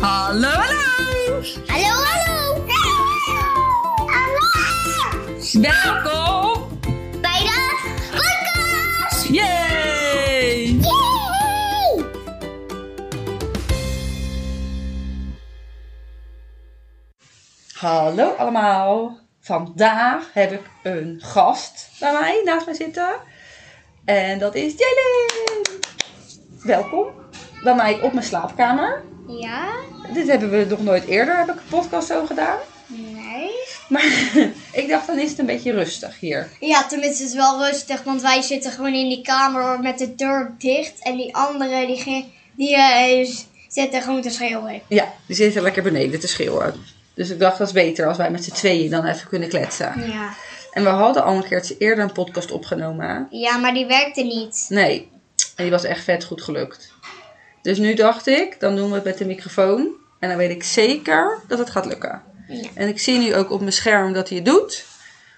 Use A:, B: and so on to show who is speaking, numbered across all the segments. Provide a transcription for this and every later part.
A: Hallo, hallo!
B: Hallo, hallo! Hallo!
A: Welkom!
B: Bij de podcast!
A: Yay!
B: Yay!
A: Hallo allemaal. Vandaag heb ik een gast bij mij, naast mij zitten. En dat is Jelly. Welkom bij mij op mijn slaapkamer.
B: Ja?
A: Dit hebben we nog nooit eerder, heb ik een podcast zo gedaan.
B: Nee.
A: Maar ik dacht, dan is het een beetje rustig hier.
B: Ja, tenminste het is wel rustig, want wij zitten gewoon in die kamer met de deur dicht. En die andere, die, ging, die eh, is- zit er gewoon te schreeuwen.
A: Ja, die zitten lekker beneden te schreeuwen. Dus ik dacht, dat is beter als wij met z'n tweeën dan even kunnen kletsen.
B: Ja.
A: En we hadden al een keertje eerder een podcast opgenomen.
B: Ja, maar die werkte niet.
A: Nee, en die was echt vet goed gelukt. Dus nu dacht ik, dan doen we het met de microfoon. En dan weet ik zeker dat het gaat lukken.
B: Ja.
A: En ik zie nu ook op mijn scherm dat hij het doet.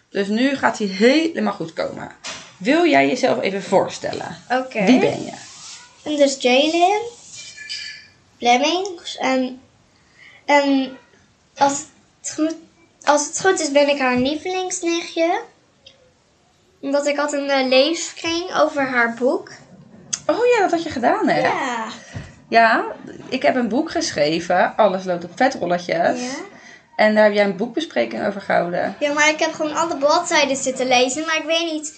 A: Dus nu gaat hij helemaal goed komen. Wil jij jezelf even voorstellen?
B: Oké.
A: Wie ben je?
B: En dus Jalen, Flemings en, en als, het goed, als het goed is ben ik haar lievelingsnichtje. Omdat ik had een eh, leeskring over haar boek.
A: Oh ja, dat had je gedaan hè?
B: Ja.
A: Ja, ik heb een boek geschreven. Alles loopt op vetrolletjes.
B: Ja.
A: En daar heb jij een boekbespreking over gehouden.
B: Ja, maar ik heb gewoon alle bladzijden zitten lezen, maar ik weet niet...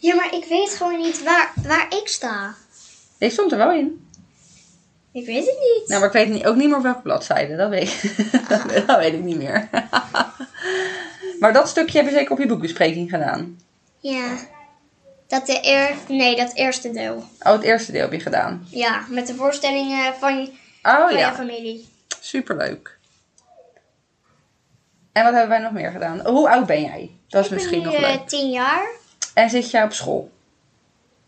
B: Ja, maar ik weet gewoon niet waar, waar ik sta.
A: Ik stond er wel in.
B: Ik weet het niet.
A: Nou, maar ik weet niet, ook niet meer op welke bladzijde. Dat weet, dat weet ik niet meer. maar dat stukje heb je zeker op je boekbespreking gedaan.
B: Ja. Dat de eer... Nee, dat eerste deel.
A: Oh, het eerste deel heb je gedaan.
B: Ja, met de voorstellingen van,
A: Oh
B: van je
A: ja,
B: familie.
A: superleuk. En wat hebben wij nog meer gedaan? Hoe oud ben jij? Dat is
B: Ik ben
A: misschien
B: nu
A: nog
B: eh,
A: leuk.
B: tien jaar.
A: En zit jij op school?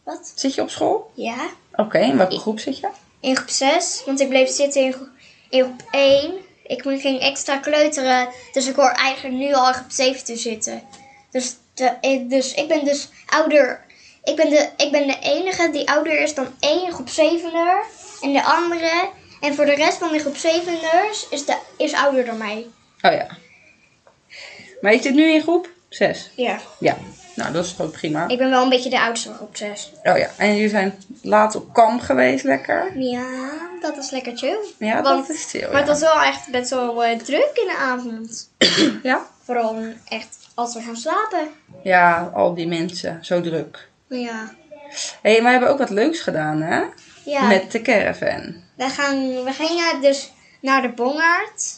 B: Wat?
A: Zit je op school?
B: Ja.
A: Oké, in welke groep zit je? Oh,
B: In groep 6, want ik bleef zitten in groep, in groep 1. Ik mo- ging extra kleuteren, dus ik hoor eigenlijk nu al in groep 7 te zitten. Dus, de, ik, dus ik ben dus ouder. Ik ben, de, ik ben de enige die ouder is dan één in groep 7er en de andere. En voor de rest van de groep 7ers is, de, is ouder dan mij.
A: Oh ja. Maar je zit nu in groep 6?
B: Ja.
A: Ja. Nou, dat is toch ook prima.
B: Ik ben wel een beetje de oudste van groep 6.
A: Oh ja, en jullie zijn laat op kamp geweest, lekker.
B: Ja, dat was lekker chill.
A: Ja,
B: Want-
A: dat is chill.
B: Maar
A: ja.
B: het was wel echt best wel eh, druk in de avond.
A: ja?
B: Vooral echt als we gaan slapen.
A: Ja, al die mensen, zo druk.
B: Ja.
A: Hé, hey, maar we hebben ook wat leuks gedaan, hè?
B: Ja,
A: Met de caravan.
B: we, gaan, we gingen dus naar de Bongaard.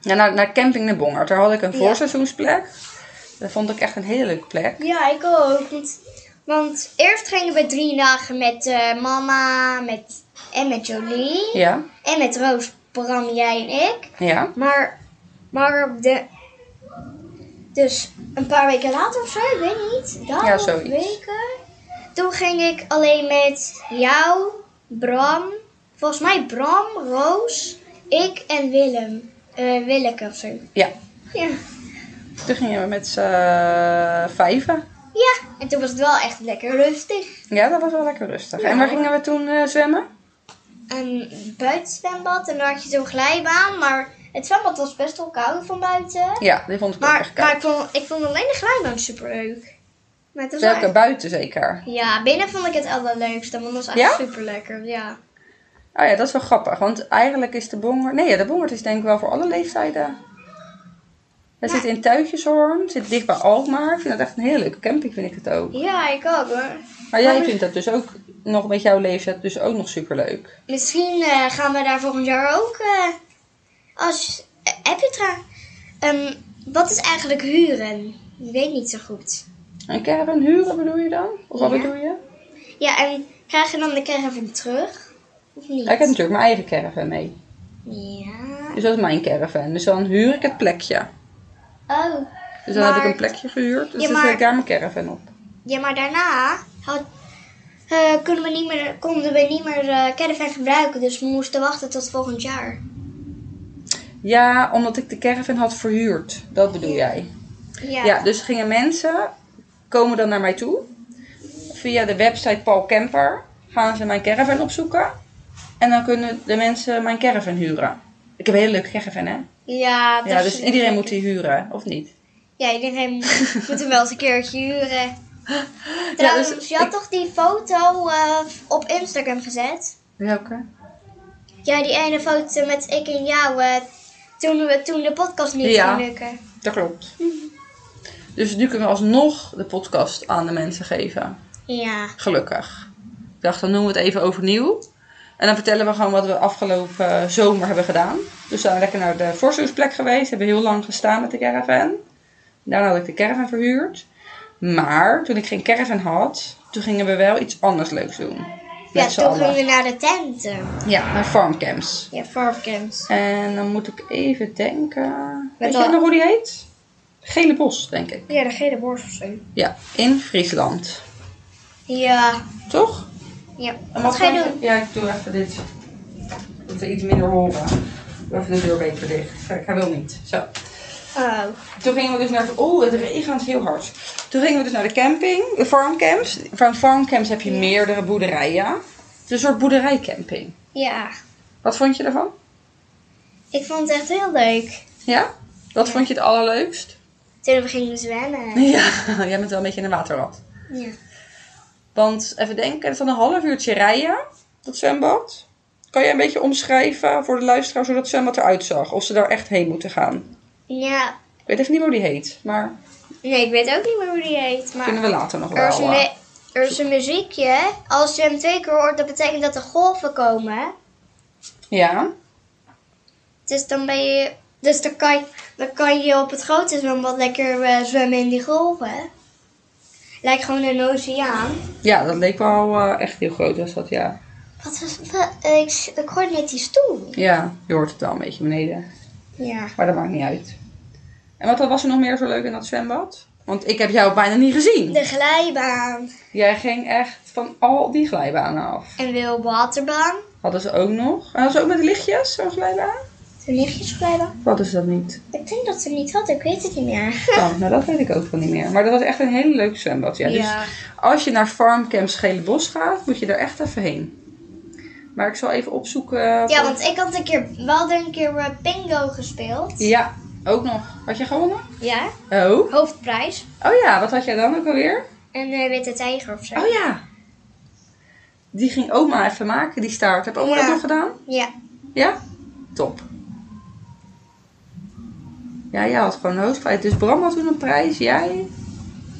A: Ja, naar, naar Camping de Bongert. Daar had ik een
B: Ja.
A: voorseizoensplek. Dat vond ik echt een hele leuke plek.
B: Ja, ik ook. Want, want eerst gingen we drie dagen met eh, mama met, en met Jolie.
A: Ja,
B: En met Roos, Bram, jij en ik.
A: ja.
B: Maar, maar op de... Dus een paar weken later of zo, ik weet niet. Dagen
A: Ja,
B: of
A: zoiets.
B: weken. Toen ging ik alleen met jou, Bram, volgens mij Bram, Roos, ik en Willem. eh Willeke of zo.
A: Ja,
B: Ja.
A: toen gingen we met z'n eh, vijven.
B: ja, en toen was het wel echt lekker rustig.
A: Ja, dat was wel lekker rustig.
B: Ja.
A: En waar gingen we toen eh, zwemmen?
B: Een buitenzwembad en daar had je zo'n glijbaan, maar het zwembad was best wel koud van buiten.
A: Ja, die vond ik ook
B: Maar,
A: echt
B: maar
A: koud.
B: ik, vond, ik vond alleen de glijbaan superleuk. Maar het was wel
A: Welke buiten zeker?
B: Ja, binnen vond ik het allerleukste, want dat was
A: Ja?
B: echt super lekker. Ja.
A: Oh ja, dat is wel grappig. Want eigenlijk is de bongert... Nee, ja, de bongert is denk ik wel voor alle leeftijden. Hij
B: Ja.
A: zit in Tuitjeshoorn, zit dicht bij Alkmaar. Ik vind dat echt een hele leuke camping, vind ik het ook.
B: Ja, ik ook hoor.
A: Maar jij
B: Maar-
A: vindt dat dus ook, nog met jouw leeftijd, dus ook nog superleuk.
B: Misschien eh, gaan we daar volgend jaar ook eh, als eh, heb je tra- Ehm, wat is eigenlijk huren? Ik weet niet zo goed.
A: Een caravan huren bedoel je dan? Of wat
B: Ja.
A: bedoel je?
B: Ja, en krijg je dan de caravan terug? Of niet?
A: Ja, ik heb natuurlijk mijn eigen caravan mee.
B: Ja.
A: Dus dat is mijn caravan. Dus dan huur ik het plekje.
B: Oh.
A: Dus dan heb ik
B: Maar-
A: een plekje gehuurd. Dus
B: Ja,
A: dan
B: maar-
A: zet ik daar mijn caravan op.
B: Ja, maar daarna had- eh, kunnen we niet meer, konden we niet meer eh caravan gebruiken, dus we moesten wachten tot volgend jaar.
A: Ja, omdat ik de caravan had verhuurd. Dat bedoel jij? Ja, dus gingen mensen, komen dan naar mij toe. Via de website Paul Camper gaan ze mijn caravan opzoeken. En dan kunnen de mensen mijn caravan huren. Ik heb een hele leuke caravan, hè?
B: Ja, dat
A: Ja,
B: is
A: dus
B: echt
A: iedereen
B: leuk.
A: moet die huren, of niet?
B: Ja, iedereen moet hem wel eens een keertje huren.
A: Ja,
B: Trouwens,
A: dus
B: je had
A: ik-
B: toch die foto eh, op Instagram gezet?
A: Welke?
B: Ja, die ene foto met ik en jou eh, toen, we, toen de podcast niet
A: Ja.
B: ging lukken.
A: Dat klopt.
B: Mhm.
A: Dus nu kunnen we alsnog de podcast aan de mensen geven.
B: Ja.
A: Gelukkig. Ik dacht, dan doen we het even overnieuw. En dan vertellen we gewoon wat we afgelopen eh, zomer hebben gedaan. Dus we zijn lekker naar de voorstuursplek geweest. Hebben heel lang gestaan met de caravan. Daarna had ik de caravan verhuurd. Maar toen ik geen caravan had, toen gingen we wel iets anders leuks doen.
B: Ja,
A: Met z'n
B: toen gingen
A: allen.
B: we naar de tenten.
A: Ja, naar farmcamps.
B: Ja, farmcamps.
A: En dan moet ik even denken.
B: Met
A: Weet jij
B: al-
A: nog hoe die heet? Gele Bos, denk ik.
B: Ja, de gele borst of zo.
A: Ja, in Friesland.
B: Ja.
A: Toch?
B: ja.
A: En
B: Wat ga je doen?
A: Ja, ik doe even dit. Dat we iets minder horen. Doe Even de deur beter dicht. Kijk, hij wil niet. Zo.
B: Oh.
A: Toen gingen we dus naar... Oeh, het regent heel hard. Toen gingen we dus naar de camping. De farmcamps. Van farmcamps heb je meerdere boerderijen. Het is een soort boerderijcamping.
B: Ja.
A: Wat vond je daarvan?
B: Ik vond het echt heel leuk.
A: Ja? Wat
B: Ja.
A: vond je het allerleukst?
B: Toen we gingen zwemmen.
A: Ja, jij bent wel een beetje een waterrat.
B: Ja.
A: Want even denken, het is dan een half uurtje rijden, dat zwembad. Kan jij een beetje omschrijven voor de luisteraars hoe dat zwembad eruit zag? Of ze daar echt heen moeten gaan?
B: Ja.
A: Ik weet even niet meer hoe die heet, maar
B: Nee, ik weet ook niet meer hoe die heet. Maar
A: kunnen we later nog
B: er is,
A: wel.
B: een,
A: eh.
B: mu- er is een muziekje. Als je hem twee keer hoort, dat betekent dat er golven komen.
A: Ja,
B: Dus dan ben je... Dus dan kan je, dan kan je op het grote zwembad lekker eh, zwemmen in die golven. Lijkt gewoon een oceaan.
A: ja dat leek wel eh, echt heel groot, was dat, ja.
B: Wat was wat- eh, ik, s- ik hoorde net die stoel.
A: Ja, je hoort het wel een beetje beneden,
B: Ja.
A: maar dat maakt niet uit. En wat was er nog meer zo leuk in dat zwembad? Want ik heb jou bijna niet gezien.
B: De glijbaan.
A: Jij ging echt van al die glijbanen af.
B: En wil waterbaan.
A: Hadden ze ook nog? En hadden ze ook met lichtjes zo'n glijbaan?
B: Een lichtjesglijbaan.
A: Wat is dat niet?
B: Ik denk dat ze hem niet had, ik weet het niet meer.
A: Oh, nou dat weet ik ook wel niet meer. Maar dat was echt een heel leuk zwembad. Ja.
B: Ja.
A: Dus als je naar Farmcamp Schele Bos gaat, moet je er echt even heen. Maar ik zal even opzoeken. eh,
B: Ja,
A: voor-
B: want ik had een keer, wel een keer eh, bingo gespeeld.
A: Ja, ook nog. Had je gewonnen?
B: Ja,
A: Oh.
B: hoofdprijs.
A: Oh ja, wat had jij dan ook alweer?
B: Een eh, witte tijger of zo.
A: Oh ja. Die ging oma even maken, die staart. Heb oma
B: Ja.
A: dat nog gedaan?
B: Ja.
A: Ja? Top. Ja, jij had gewoon een hoofdprijs. Dus Bram had toen een prijs, jij.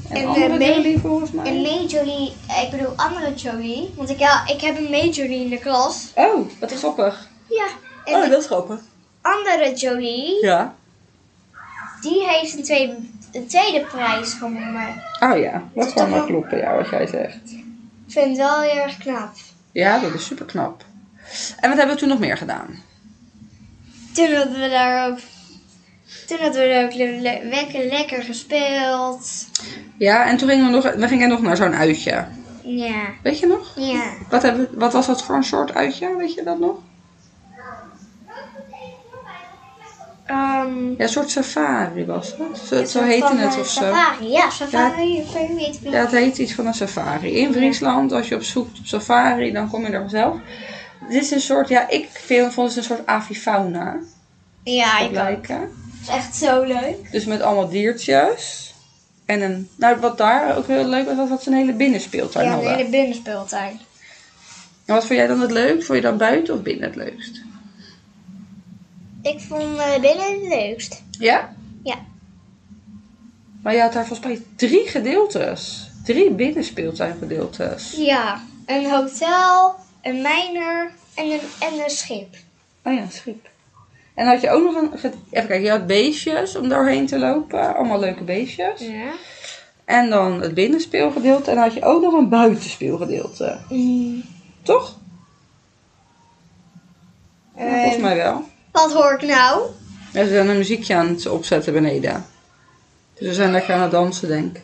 A: En,
B: En, eh,
A: andere
B: May-
A: Jolie volgens mij.
B: En Majorly, ik bedoel andere Jolie. Want ik, ja, ik heb een Majorly in de klas.
A: Oh, wat grappig.
B: Ja. En
A: Oh,
B: de
A: dat is grappig.
B: andere Jolie,
A: Ja.
B: die heeft een tweede, een tweede prijs gewonnen.
A: Oh ja,
B: Dat
A: dat kan
B: is toch
A: wel
B: wel-
A: kloppen, ja, wat jij zegt.
B: Ik vind het wel heel erg knap.
A: Ja, dat is super knap. En wat hebben we toen nog meer gedaan?
B: Toen hadden we daar ook. Toen hadden we daar ook le- le- lekker, lekker gespeeld.
A: Ja, en toen gingen we nog, we gingen nog naar zo'n uitje.
B: Ja.
A: Weet je nog?
B: Ja.
A: Wat, hebben, we- wat was dat voor een soort uitje? Weet je dat nog?
B: Ehm,
A: Ja, een soort safari was dat. Zo,
B: een
A: Eh, zo
B: soort
A: heette
B: Ehm, van,
A: het
B: eh,
A: of zo.
B: Safari, ja, safari. Ik weet niet
A: Ja, het heet iets van een safari. In Friesland, als je op zoekt op safari, dan kom je er vanzelf. Dit is een soort, ja, ik vind, vond het een soort avifauna.
B: Ja,
A: Dat
B: ik ook.
A: lijken.
B: Het is echt zo leuk.
A: Dus met allemaal diertjes. En een, nou, wat daar ook heel leuk was, was dat ze een hele binnenspeeltuin
B: Ja, een
A: hadden.
B: hele binnenspeeltuin.
A: En wat vond jij dan het leukst? Vond je dan buiten of binnen het leukst?
B: Ik vond eh, binnen het leukst.
A: Ja?
B: Ja.
A: Maar je had daar volgens mij drie gedeeltes. Drie binnenspeeltuingedeeltes.
B: Ja, een hotel, een mijner en een, en een schip.
A: Oh ja, schip. En had je ook nog een... ge- Even kijken, je had beestjes om doorheen te lopen. Allemaal leuke beestjes.
B: Ja.
A: En dan het binnenspeelgedeelte. En dan had je ook nog een buitenspeelgedeelte.
B: Mm.
A: Toch? Ja,
B: Eh,
A: volgens mij wel.
B: wat hoor ik nou?
A: Ja, ze zijn een muziekje aan het opzetten beneden. Dus ze zijn lekker aan het dansen, denk ik.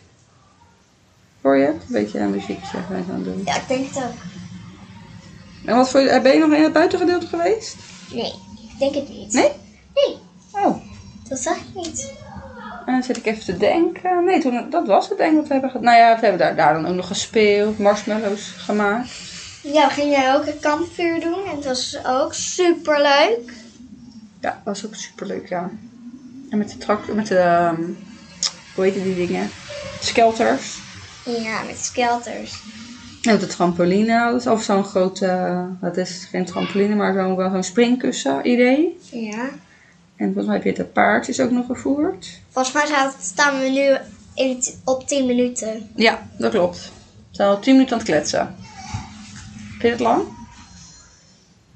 A: Hoor je? het? Een beetje een muziekje zijn ze aan het doen.
B: Ja, ik denk het ook.
A: En wat voor, ben je nog in het buitengedeelte geweest?
B: Nee, ik denk het niet.
A: Nee?
B: Nee,
A: Oh.
B: dat zag ik niet.
A: En dan zit ik even te denken. Nee, toen, dat was het denk ik wat we hebben gedaan. Nou ja, we hebben daar, daar dan ook nog gespeeld. Marshmallows gemaakt.
B: Ja, we gingen ook een kampvuur doen en dat was ook super leuk.
A: Ja, dat was ook superleuk, ja. En met de tractor, met de, ehm, hoe heet die dingen? Skelters.
B: Ja, met skelters.
A: En op de trampoline, dat is of zo'n grote, eh, dat is geen trampoline, maar zo'n, wel zo'n springkussen idee.
B: Ja.
A: En volgens mij heb je de paardjes ook nog gevoerd.
B: Volgens mij staat- staan we nu in t- op 10 minuten.
A: Ja, dat klopt. We zijn al 10 minuten aan het kletsen. Vind je het lang?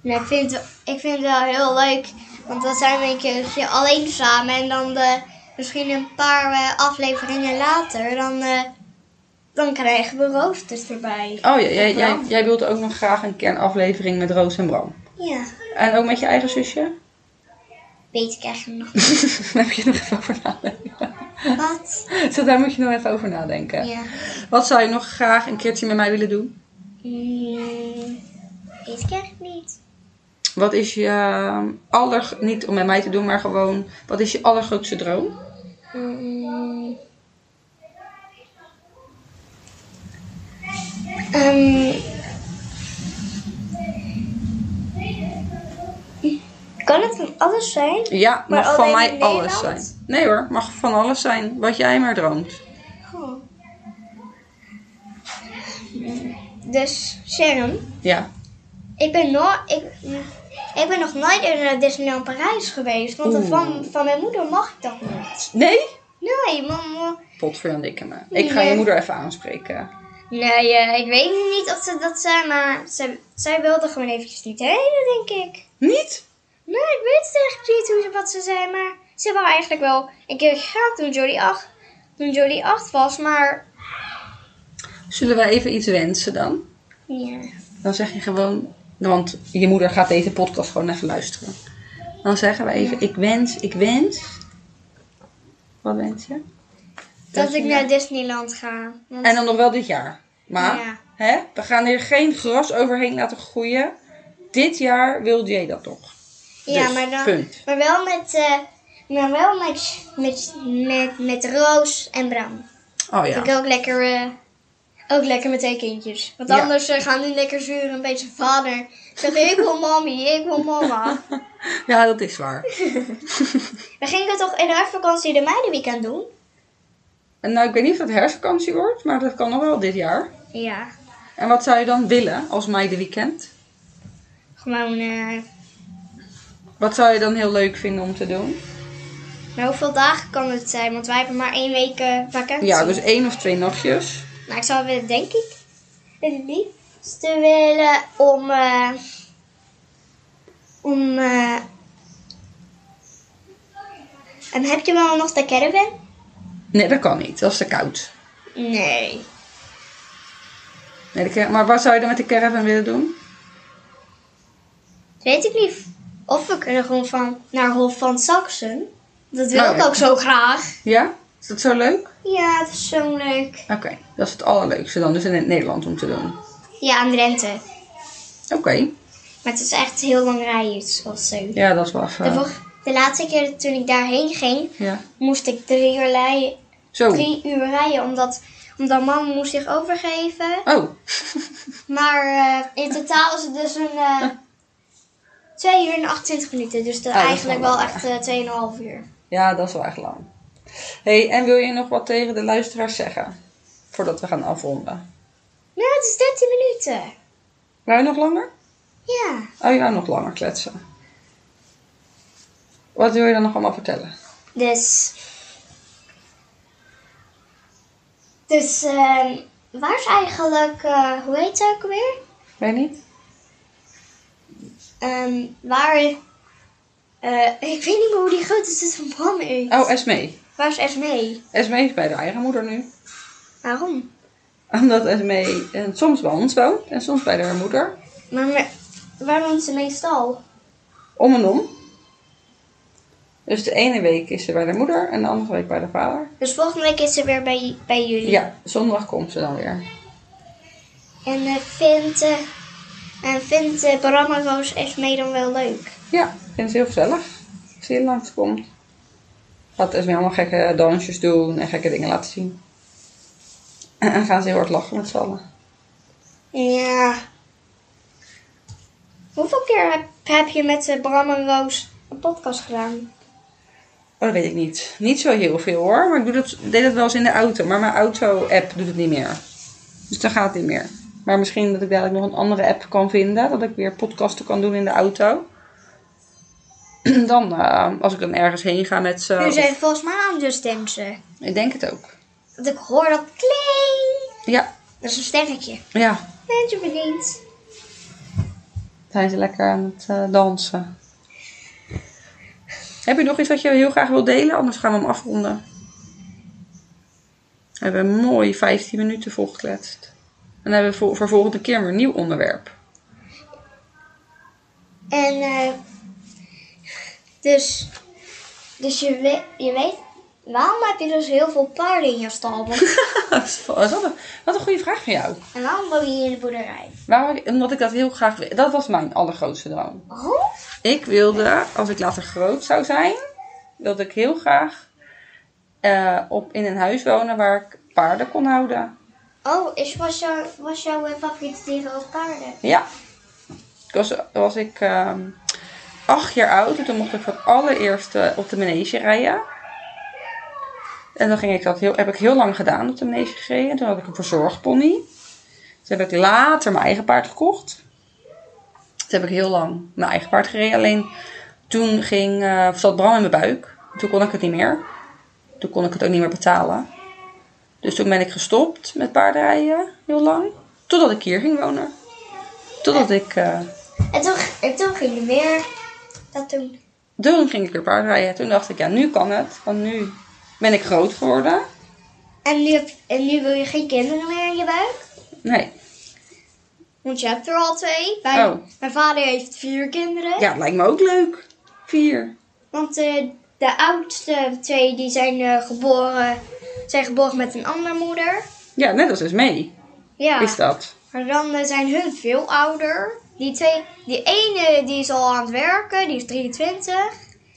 B: Nee, ik vind, het- ik vind het wel heel leuk, want dan zijn we een keertje alleen samen en dan eh, misschien een paar eh, afleveringen later, dan, eh, dan krijgen we roosters erbij.
A: Oh ja, jij, jij,
B: Bram.
A: jij wilde ook nog graag een kernaflevering met Roos en Bram.
B: Ja,
A: En ook met je eigen zusje?
B: weet ik eigenlijk nog
A: daar moet je nog even over nadenken.
B: niet wat.
A: Zo, daar moet je nog even over nadenken.
B: Ja.
A: Wat zou je nog graag een keertje met mij willen doen?
B: Mm, weet ik eigenlijk niet.
A: Wat is je ehm, aller... Niet om met mij te doen, maar gewoon... Wat is je allergrootste droom?
B: Mm. Ehm. kan het van alles zijn?
A: Ja,
B: Maar
A: mag van
B: alleen
A: mij
B: in
A: alles zijn.
B: Nederland?
A: Nee hoor, mag van alles zijn. Wat jij maar droomt.
B: Oh. Mm, Dus Sharon,
A: Ja.
B: ik ben, no ik, mm, ik ben nog nooit in eh, Disneyland Parijs geweest, want
A: Oeh.
B: van, van mijn moeder mag ik dat niet.
A: Nee?
B: Nee, mama.
A: Potverdikke me. Ik ga je
B: Nee.
A: moeder even aanspreken.
B: Nee, eh, ik weet niet of ze dat zei, maar ze, zij wilde gewoon eventjes niet heen, denk ik.
A: Niet?
B: Nee, ik weet het eigenlijk niet hoe ze, wat ze zei, maar ze wou eigenlijk wel een keer gaan toen Jolly 8, toen Jolly 8 was, maar
A: Zullen we even iets wensen dan?
B: ja.
A: Dan zeg je gewoon, want je moeder gaat deze podcast gewoon even luisteren. Dan zeggen we even, ik wens, ik wens. Wat wens je?
B: dat ik naar Disneyland ga. Want-
A: En dan nog wel dit jaar. Maar,
B: Ja.
A: hè, we gaan hier geen gras overheen laten groeien. Dit jaar wilde jij dat toch?
B: ja,
A: dus,
B: maar, dan,
A: punt.
B: maar wel met, eh, maar wel met, met, met, met Roos en Bram.
A: Oh
B: Vind
A: ja.
B: Ik ook lekker, eh, ook lekker met twee kindjes. Want
A: Ja.
B: anders eh, gaan die lekker zuren een beetje vader. Zeg ik wil mami, ik wil mama.
A: Ja, dat is waar.
B: We gingen toch in de herfstvakantie de meidenweekend doen?
A: En nou, ik weet niet of dat herfstvakantie wordt, maar dat kan nog wel dit jaar.
B: Ja.
A: En wat zou je dan willen als meidenweekend?
B: Gewoon, eh,
A: Wat zou je dan heel leuk vinden om te doen?
B: maar hoeveel dagen kan het zijn? Want wij hebben maar één week eh, vakantie.
A: Ja, dus één of twee nachtjes.
B: Maar ik zou willen, denk ik, het liefste willen om, eh, om, eh, en heb je wel nog de caravan?
A: Nee, dat kan niet. Dat is te koud.
B: Nee.
A: Nee, de car- eh, maar wat zou je dan met de caravan willen doen?
B: Weet ik niet. Of we kunnen gewoon van, naar Hof van Saxen. Dat wil
A: Nou,
B: ik
A: ja.
B: ook zo graag.
A: Ja? Is dat zo leuk?
B: Ja, dat is zo leuk.
A: Oké, dat is het allerleukste dan, dus in het Nederland om te doen. Oké,
B: Ja, aan Drenthe. Maar het is echt heel lang rijden of zo.
A: ja, dat is wel even...
B: De, vor- de laatste keer toen ik daarheen ging,
A: Ja.
B: moest ik drie uur rijden.
A: Zo.
B: Drie uur rijden, omdat, omdat mama moest zich overgeven.
A: Oh,
B: Maar eh, in totaal is het dus een eh 2 uur en 28 minuten. Dus de-
A: Ah. Oh, dat is
B: eigenlijk
A: wel
B: wel
A: lang,
B: echt eh 2,5 uur.
A: ja, dat is wel echt lang. hey, en wil je nog wat tegen de luisteraars zeggen? Voordat we gaan afronden.
B: Nou, het is 13 minuten.
A: Wou je nog langer?
B: Ja.
A: Oh, je wou nog langer kletsen. Wat wil je dan nog allemaal vertellen?
B: Dus. Dus, ehm, waar is eigenlijk, eh, hoe heet het ook weer?
A: Weet je niet?
B: Ehm, waar, eh, ik weet niet meer hoe die grote zus van Bram is.
A: Oh, Esmee.
B: Waar is Esmee?
A: Esmee is bij de eigen moeder nu.
B: Waarom?
A: Omdat Esmee eh, soms bij ons woont en soms bij haar moeder.
B: Maar, me- waar woont ze meestal?
A: Om en om. Dus de ene week is ze bij de moeder en de andere week bij de vader.
B: Dus volgende week is ze weer bij, bij jullie.
A: Ja, zondag komt ze dan weer.
B: En eh, vindt, eh, en vindt eh, Bram en Roos Esmee dan wel leuk?
A: Ja, ik vind ze heel gezellig. Als ze hier langskomt. Gaat Esmee allemaal gekke dansjes doen en gekke dingen laten zien. En, en gaan ze heel hard lachen met z'n allen.
B: Ja. Hoeveel keer heb, heb je met eh, Bram en Roos een podcast gedaan?
A: Oh, dat weet ik niet. Niet zo heel veel hoor. Maar ik doe dat, deed dat wel eens in de auto. Maar mijn auto-app doet het niet meer. Dus dan gaat het niet meer. Maar misschien dat ik dadelijk nog een andere app kan vinden. Dat ik weer podcasten kan doen in de auto. Dan, eh, als ik dan ergens heen ga met ze.
B: Nu
A: of-
B: zijn we volgens mij aan dus dansen.
A: Ik denk het ook.
B: Want ik hoor dat kling.
A: Ja,
B: Dat is een sterretje.
A: ja.
B: Bent je benieuwd?
A: Zijn ze lekker aan het eh, dansen. Heb je nog iets wat je heel graag wil delen? Anders gaan we hem afronden. We hebben een mooi 15 minuten volgekletst. En dan hebben we voor, voor volgende keer weer een nieuw onderwerp.
B: En eh, dus, dus je, we- je weet, waarom heb je dus heel veel paarden in je stal? Want-
A: dat is wel- dat is wel een- wat een goede vraag van jou.
B: en waarom woon je in de boerderij?
A: Waarom, omdat ik dat heel graag wil. Dat was mijn allergrootste droom.
B: Oh?
A: Ik wilde, als ik later groot zou zijn, wilde ik heel graag eh, op, in een huis wonen waar ik paarden kon houden.
B: Oh, is, was, jou, was jouw eh, favoriete dieren ook paarden?
A: Ja. Toen was, was ik ehm, acht jaar oud. En toen mocht ik voor het allereerst eh, op de manege rijden. En dan ging ik dat heel, heb ik heel lang gedaan op de manege gereden. En toen had ik een verzorgpony. Toen heb ik later mijn eigen paard gekocht. Toen heb ik heel lang mijn eigen paard gereden. Alleen toen ging, eh, zat Bram in mijn buik. Toen kon ik het niet meer. Toen kon ik het ook niet meer betalen. Dus toen ben ik gestopt met paardrijden heel lang. Totdat ik hier ging wonen. Totdat ik... eh,
B: En toen, en toen ging je weer, dat toen,
A: toen ging ik weer paardrijden. Toen dacht ik, ja, nu kan het. Want nu ben ik groot geworden.
B: en nu, heb, en nu wil je geen kinderen meer in je buik?
A: Nee.
B: Want je hebt er al twee. Mijn,
A: Oh.
B: mijn vader heeft vier kinderen.
A: Ja, lijkt me ook leuk. Vier.
B: Want eh, de oudste twee die zijn, eh, geboren, zijn geboren met een andere moeder.
A: Ja, net als dus mee.
B: Ja,
A: Is dat.
B: maar dan eh, zijn hun veel ouder. Die, twee, die ene die is al aan het werken, die is 23.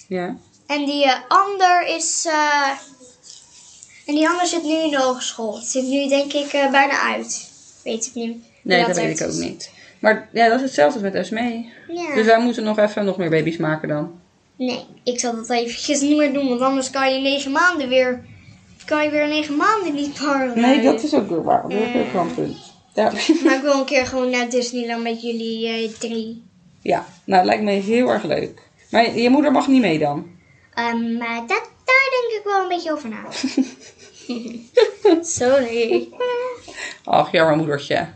A: Ja.
B: En die eh, ander is... eh, en die ander zit nu in de hogeschool. Zit nu denk ik eh, bijna uit. Weet ik niet. hoe
A: Nee, dat weet
B: uit
A: ik ook
B: is.
A: niet. Maar ja, dat is hetzelfde als met Esmee.
B: Ja.
A: Dus wij moeten nog even nog meer baby's maken dan.
B: Nee, ik zal dat eventjes niet meer doen. Want anders kan je negen maanden weer... Kan je weer negen maanden niet parren.
A: Nee, dat is ook weer waar. Dat is
B: Mm.
A: ook wel een punt. Ja.
B: Maar ik wil een keer gewoon naar Disneyland met jullie eh, drie.
A: ja, nou, lijkt me heel erg leuk. Maar je moeder mag niet mee dan.
B: Ehm, maar dat, daar denk ik wel een beetje over na. Sorry.
A: Ach, jammer moedertje.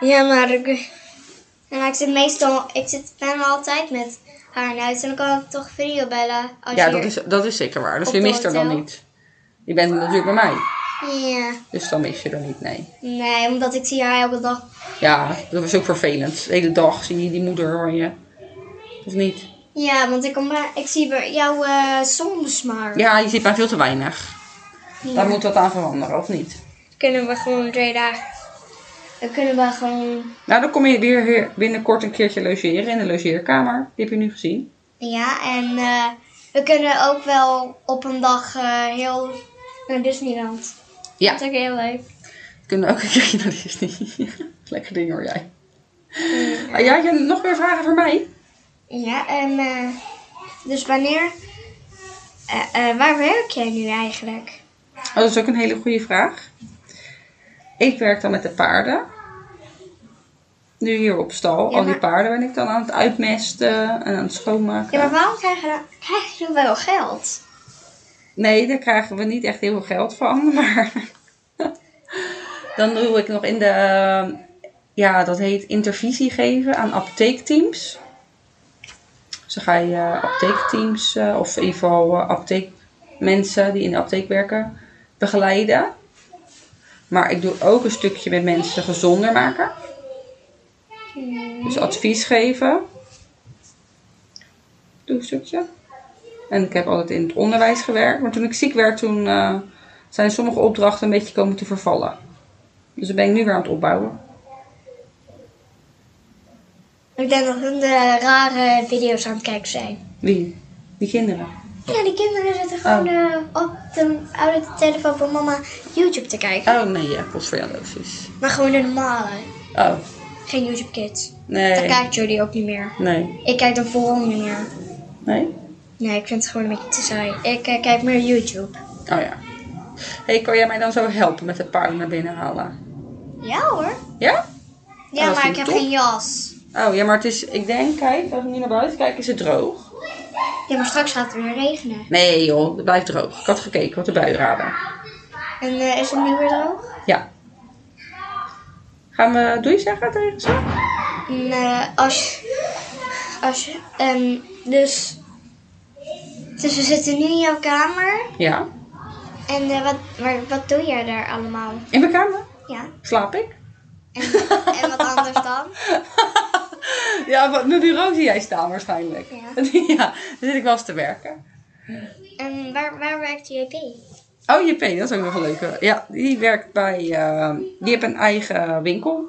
B: Ja, maar ik, ja, maar ik zit meestal, ik zit bijna altijd met haar in huis. En dan kan ik toch video bellen. Als
A: Ja,
B: je-
A: dat is, dat is zeker waar. Dus
B: Op
A: je
B: de
A: mist haar dan
B: hotel.
A: niet. Je bent natuurlijk bij mij.
B: Ja.
A: Dus dan mis je er niet, nee.
B: Nee, omdat ik zie haar elke dag.
A: Ja, dat is ook vervelend. De hele dag zie je die moeder hoor je. Of niet?
B: Ja, want ik, kom, maar- ik zie bij jou eh soms maar.
A: Ja, je ziet maar veel te weinig.
B: Ja.
A: Daar moet wat aan veranderen, of niet?
B: Kunnen we gewoon twee dagen. Dan kunnen we gewoon.
A: Nou, dan kom je weer weer binnenkort een keertje logeren in de logeerkamer. Die heb je nu gezien.
B: Ja, en eh, we kunnen ook wel op een dag eh, heel naar Disneyland.
A: Ja,
B: Dat is ook heel leuk.
A: we kunnen ook een keertje naar Disney. Lekker ding hoor jij. Ah, ja, had je nog meer vragen voor mij?
B: Ja, en eh, dus wanneer. eh, eh, waar werk jij nu eigenlijk?
A: Oh, dat is ook een hele goede vraag. Ik werk dan met de paarden. Nu hier op stal.
B: Ja,
A: Al die
B: maar-
A: paarden ben ik dan aan het uitmesten en aan het schoonmaken.
B: Ja, maar waarom krijg je, dan, krijg je wel geld?
A: Nee, daar krijgen we niet echt heel veel geld van. Maar dan doe ik nog in de, eh, ja, dat heet intervisie geven aan apotheekteams. Dus dan ga je eh, apotheekteams, eh, of in ieder geval eh, apotheekmensen die in de apotheek werken, begeleiden. Maar ik doe ook een stukje met mensen gezonder maken. Dus advies geven. Doe een stukje. En ik heb altijd in het onderwijs gewerkt. Maar toen ik ziek werd, toen eh, zijn sommige opdrachten een beetje komen te vervallen. Dus dan ben ik nu weer aan het opbouwen.
B: Ik denk dat hun de rare video's aan het kijken zijn.
A: Wie? Die kinderen.
B: Ja, die kinderen zitten
A: Oh.
B: gewoon eh, op de oude telefoon van mama YouTube te kijken.
A: Oh nee, ja, kost voor jouw dosis.
B: Maar gewoon de normale.
A: Oh,
B: Geen YouTube Kids. Dan
A: Nee.
B: kijkt jullie ook niet meer.
A: Nee.
B: Ik kijk dan vooral niet meer.
A: Nee?
B: Nee, ik vind het gewoon een beetje te saai. Ik eh, kijk meer YouTube.
A: Oh ja. hey, kan jij mij dan zo helpen met het paard naar binnen halen?
B: Ja hoor.
A: Ja?
B: Ja,
A: Oh, dat
B: maar ik
A: vind
B: heb
A: ik top.
B: geen jas.
A: Oh ja, maar het is, ik denk, kijk, als we nu naar buiten kijken, is het droog.
B: Ja, maar straks gaat het weer regenen.
A: Nee joh, het blijft droog. Ik had gekeken wat de buienradar.
B: En eh, is het nu weer droog?
A: Ja. Gaan we doei zeggen tegen ze?
B: En, eh, als als je... ehm, dus... Dus we zitten nu in jouw kamer.
A: Ja.
B: En eh, wat, maar, wat doe jij daar allemaal?
A: In mijn kamer?
B: Ja.
A: Slaap ik?
B: En, en wat anders dan?
A: ja, op mijn bureau zie jij staan waarschijnlijk.
B: Ja.
A: ja, daar zit ik wel eens te werken.
B: En Ehm, waar, waar werkt JP?
A: Oh, JP, dat is ook nog een leuke. Ja, die werkt bij. eh, die heeft een eigen winkel.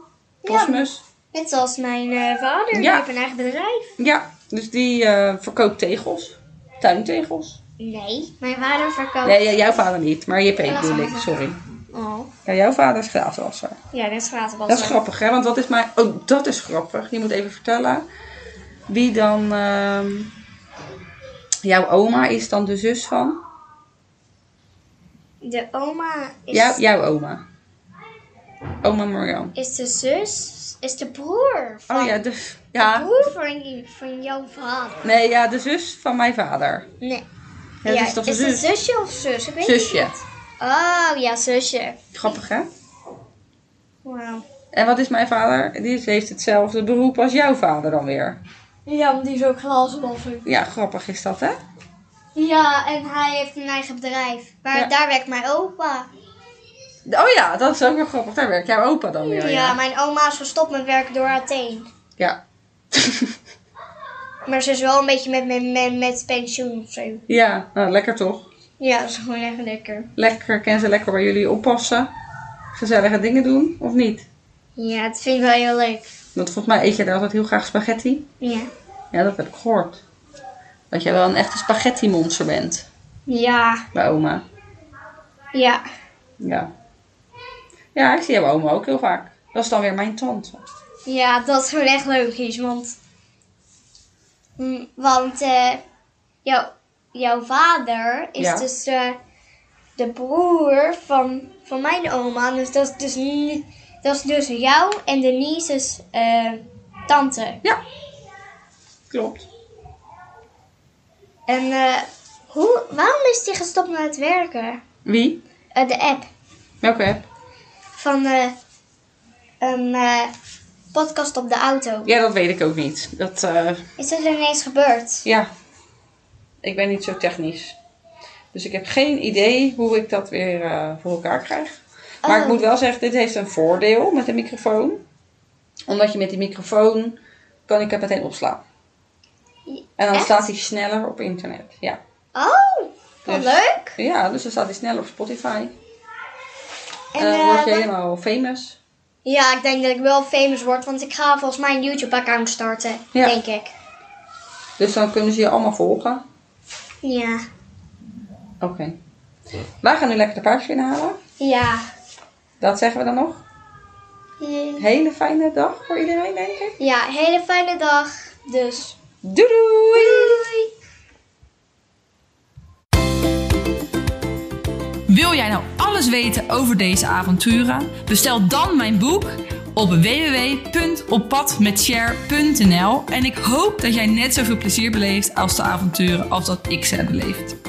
A: Cosmos.
B: Net zoals mijn eh, vader. Die
A: Ja.
B: heeft een eigen bedrijf.
A: Ja. dus die eh, verkoopt tegels. Tuintegels.
B: Nee. Mijn vader verkoopt...
A: Nee, ja, jouw vader niet, maar JP
B: dat is
A: bedoel ik,
B: wel-
A: sorry.
B: Oh.
A: Ja, jouw vader is graafwasser.
B: Ja, dat is gratis.
A: Dat is grappig, hè? Want dat is mijn. Oh, dat is grappig. Je moet even vertellen. Wie dan. ehm, jouw oma is dan de zus van.
B: De oma is,
A: Jou, jouw oma. Oma Marian.
B: is de zus, is de broer van,
A: Oh ja, de,
B: de
A: ja.
B: broer van, van jouw vader.
A: Nee, ja, de zus van mijn vader.
B: Nee.
A: Ja, dus dat is toch een
B: het
A: zus?
B: zusje of zus? Ik weet
A: Zusje.
B: niet. Oh ja, zusje.
A: Grappig, hè?
B: Wauw.
A: En wat is mijn vader? Die is- heeft hetzelfde beroep als jouw vader dan weer.
B: Ja, want die is ook glazenwasser.
A: Ja, grappig is dat, hè?
B: Ja, en hij heeft een eigen bedrijf. Maar
A: Ja.
B: daar werkt mijn opa.
A: Oh ja, dat is ook wel grappig. Daar werkt jouw opa dan
B: Ja,
A: weer. Ja.
B: mijn oma is gestopt met werken door Athene.
A: Ja.
B: Maar ze is wel een beetje met, met, met, met pensioen of zo.
A: ja, nou lekker toch?
B: Ja, dat is gewoon echt lekker.
A: Lekker, kan ze lekker bij jullie oppassen? Gezellige dingen doen, of niet?
B: Ja, dat vind ik wel heel leuk.
A: Want volgens mij eet je daar altijd heel graag spaghetti.
B: Ja.
A: Ja, dat heb ik gehoord. Dat jij wel een echte spaghetti monster bent
B: Ja.
A: bij oma.
B: Ja.
A: Ja. Ja, ik zie jouw oma ook heel vaak. Dat is dan weer mijn tante.
B: Ja, dat is gewoon echt logisch, want... Mm, Want eh, jou, jouw vader is
A: Ja.
B: dus eh, de broer van, van mijn oma. Dus dat is dus, ni- dat is dus jou en Denise's eh, tante.
A: Ja. Klopt.
B: En eh, hoe, waarom is die gestopt met het werken?
A: Wie?
B: Eh, de app
A: Welke app?
B: van eh, een eh, podcast op de auto.
A: Ja, dat weet ik ook niet. Dat, eh,
B: Is dat ineens gebeurd?
A: ja. Ik ben niet zo technisch. Dus ik heb geen idee hoe ik dat weer eh, voor elkaar krijg. Maar
B: Oh.
A: ik moet wel zeggen, dit heeft een voordeel met de microfoon. Omdat je met die microfoon kan ik het meteen opslaan. En dan
B: Echt?
A: staat hij sneller op internet. Ja.
B: Oh, wat
A: Dus-
B: leuk!
A: ja, dus dan staat hij sneller op Spotify. En
B: En,
A: dan
B: eh,
A: word je
B: wat-
A: helemaal famous.
B: Ja, ik denk dat ik wel famous word, want ik ga volgens mij een YouTube-account starten,
A: Ja.
B: denk ik.
A: Dus dan kunnen ze je allemaal volgen.
B: Ja.
A: Oké. Wij gaan nu lekker de paardjes inhalen.
B: Ja.
A: Dat zeggen we dan nog. Hele fijne dag voor iedereen, denk ik.
B: Ja, hele fijne dag. Dus.
A: Doei doei!
B: Doei!
C: Wil jij nou alles weten over deze avonturen? Bestel dan mijn boek op www.oppadmetshare.nl en ik hoop dat jij net zoveel plezier beleeft als de avonturen als dat ik ze heb beleefd.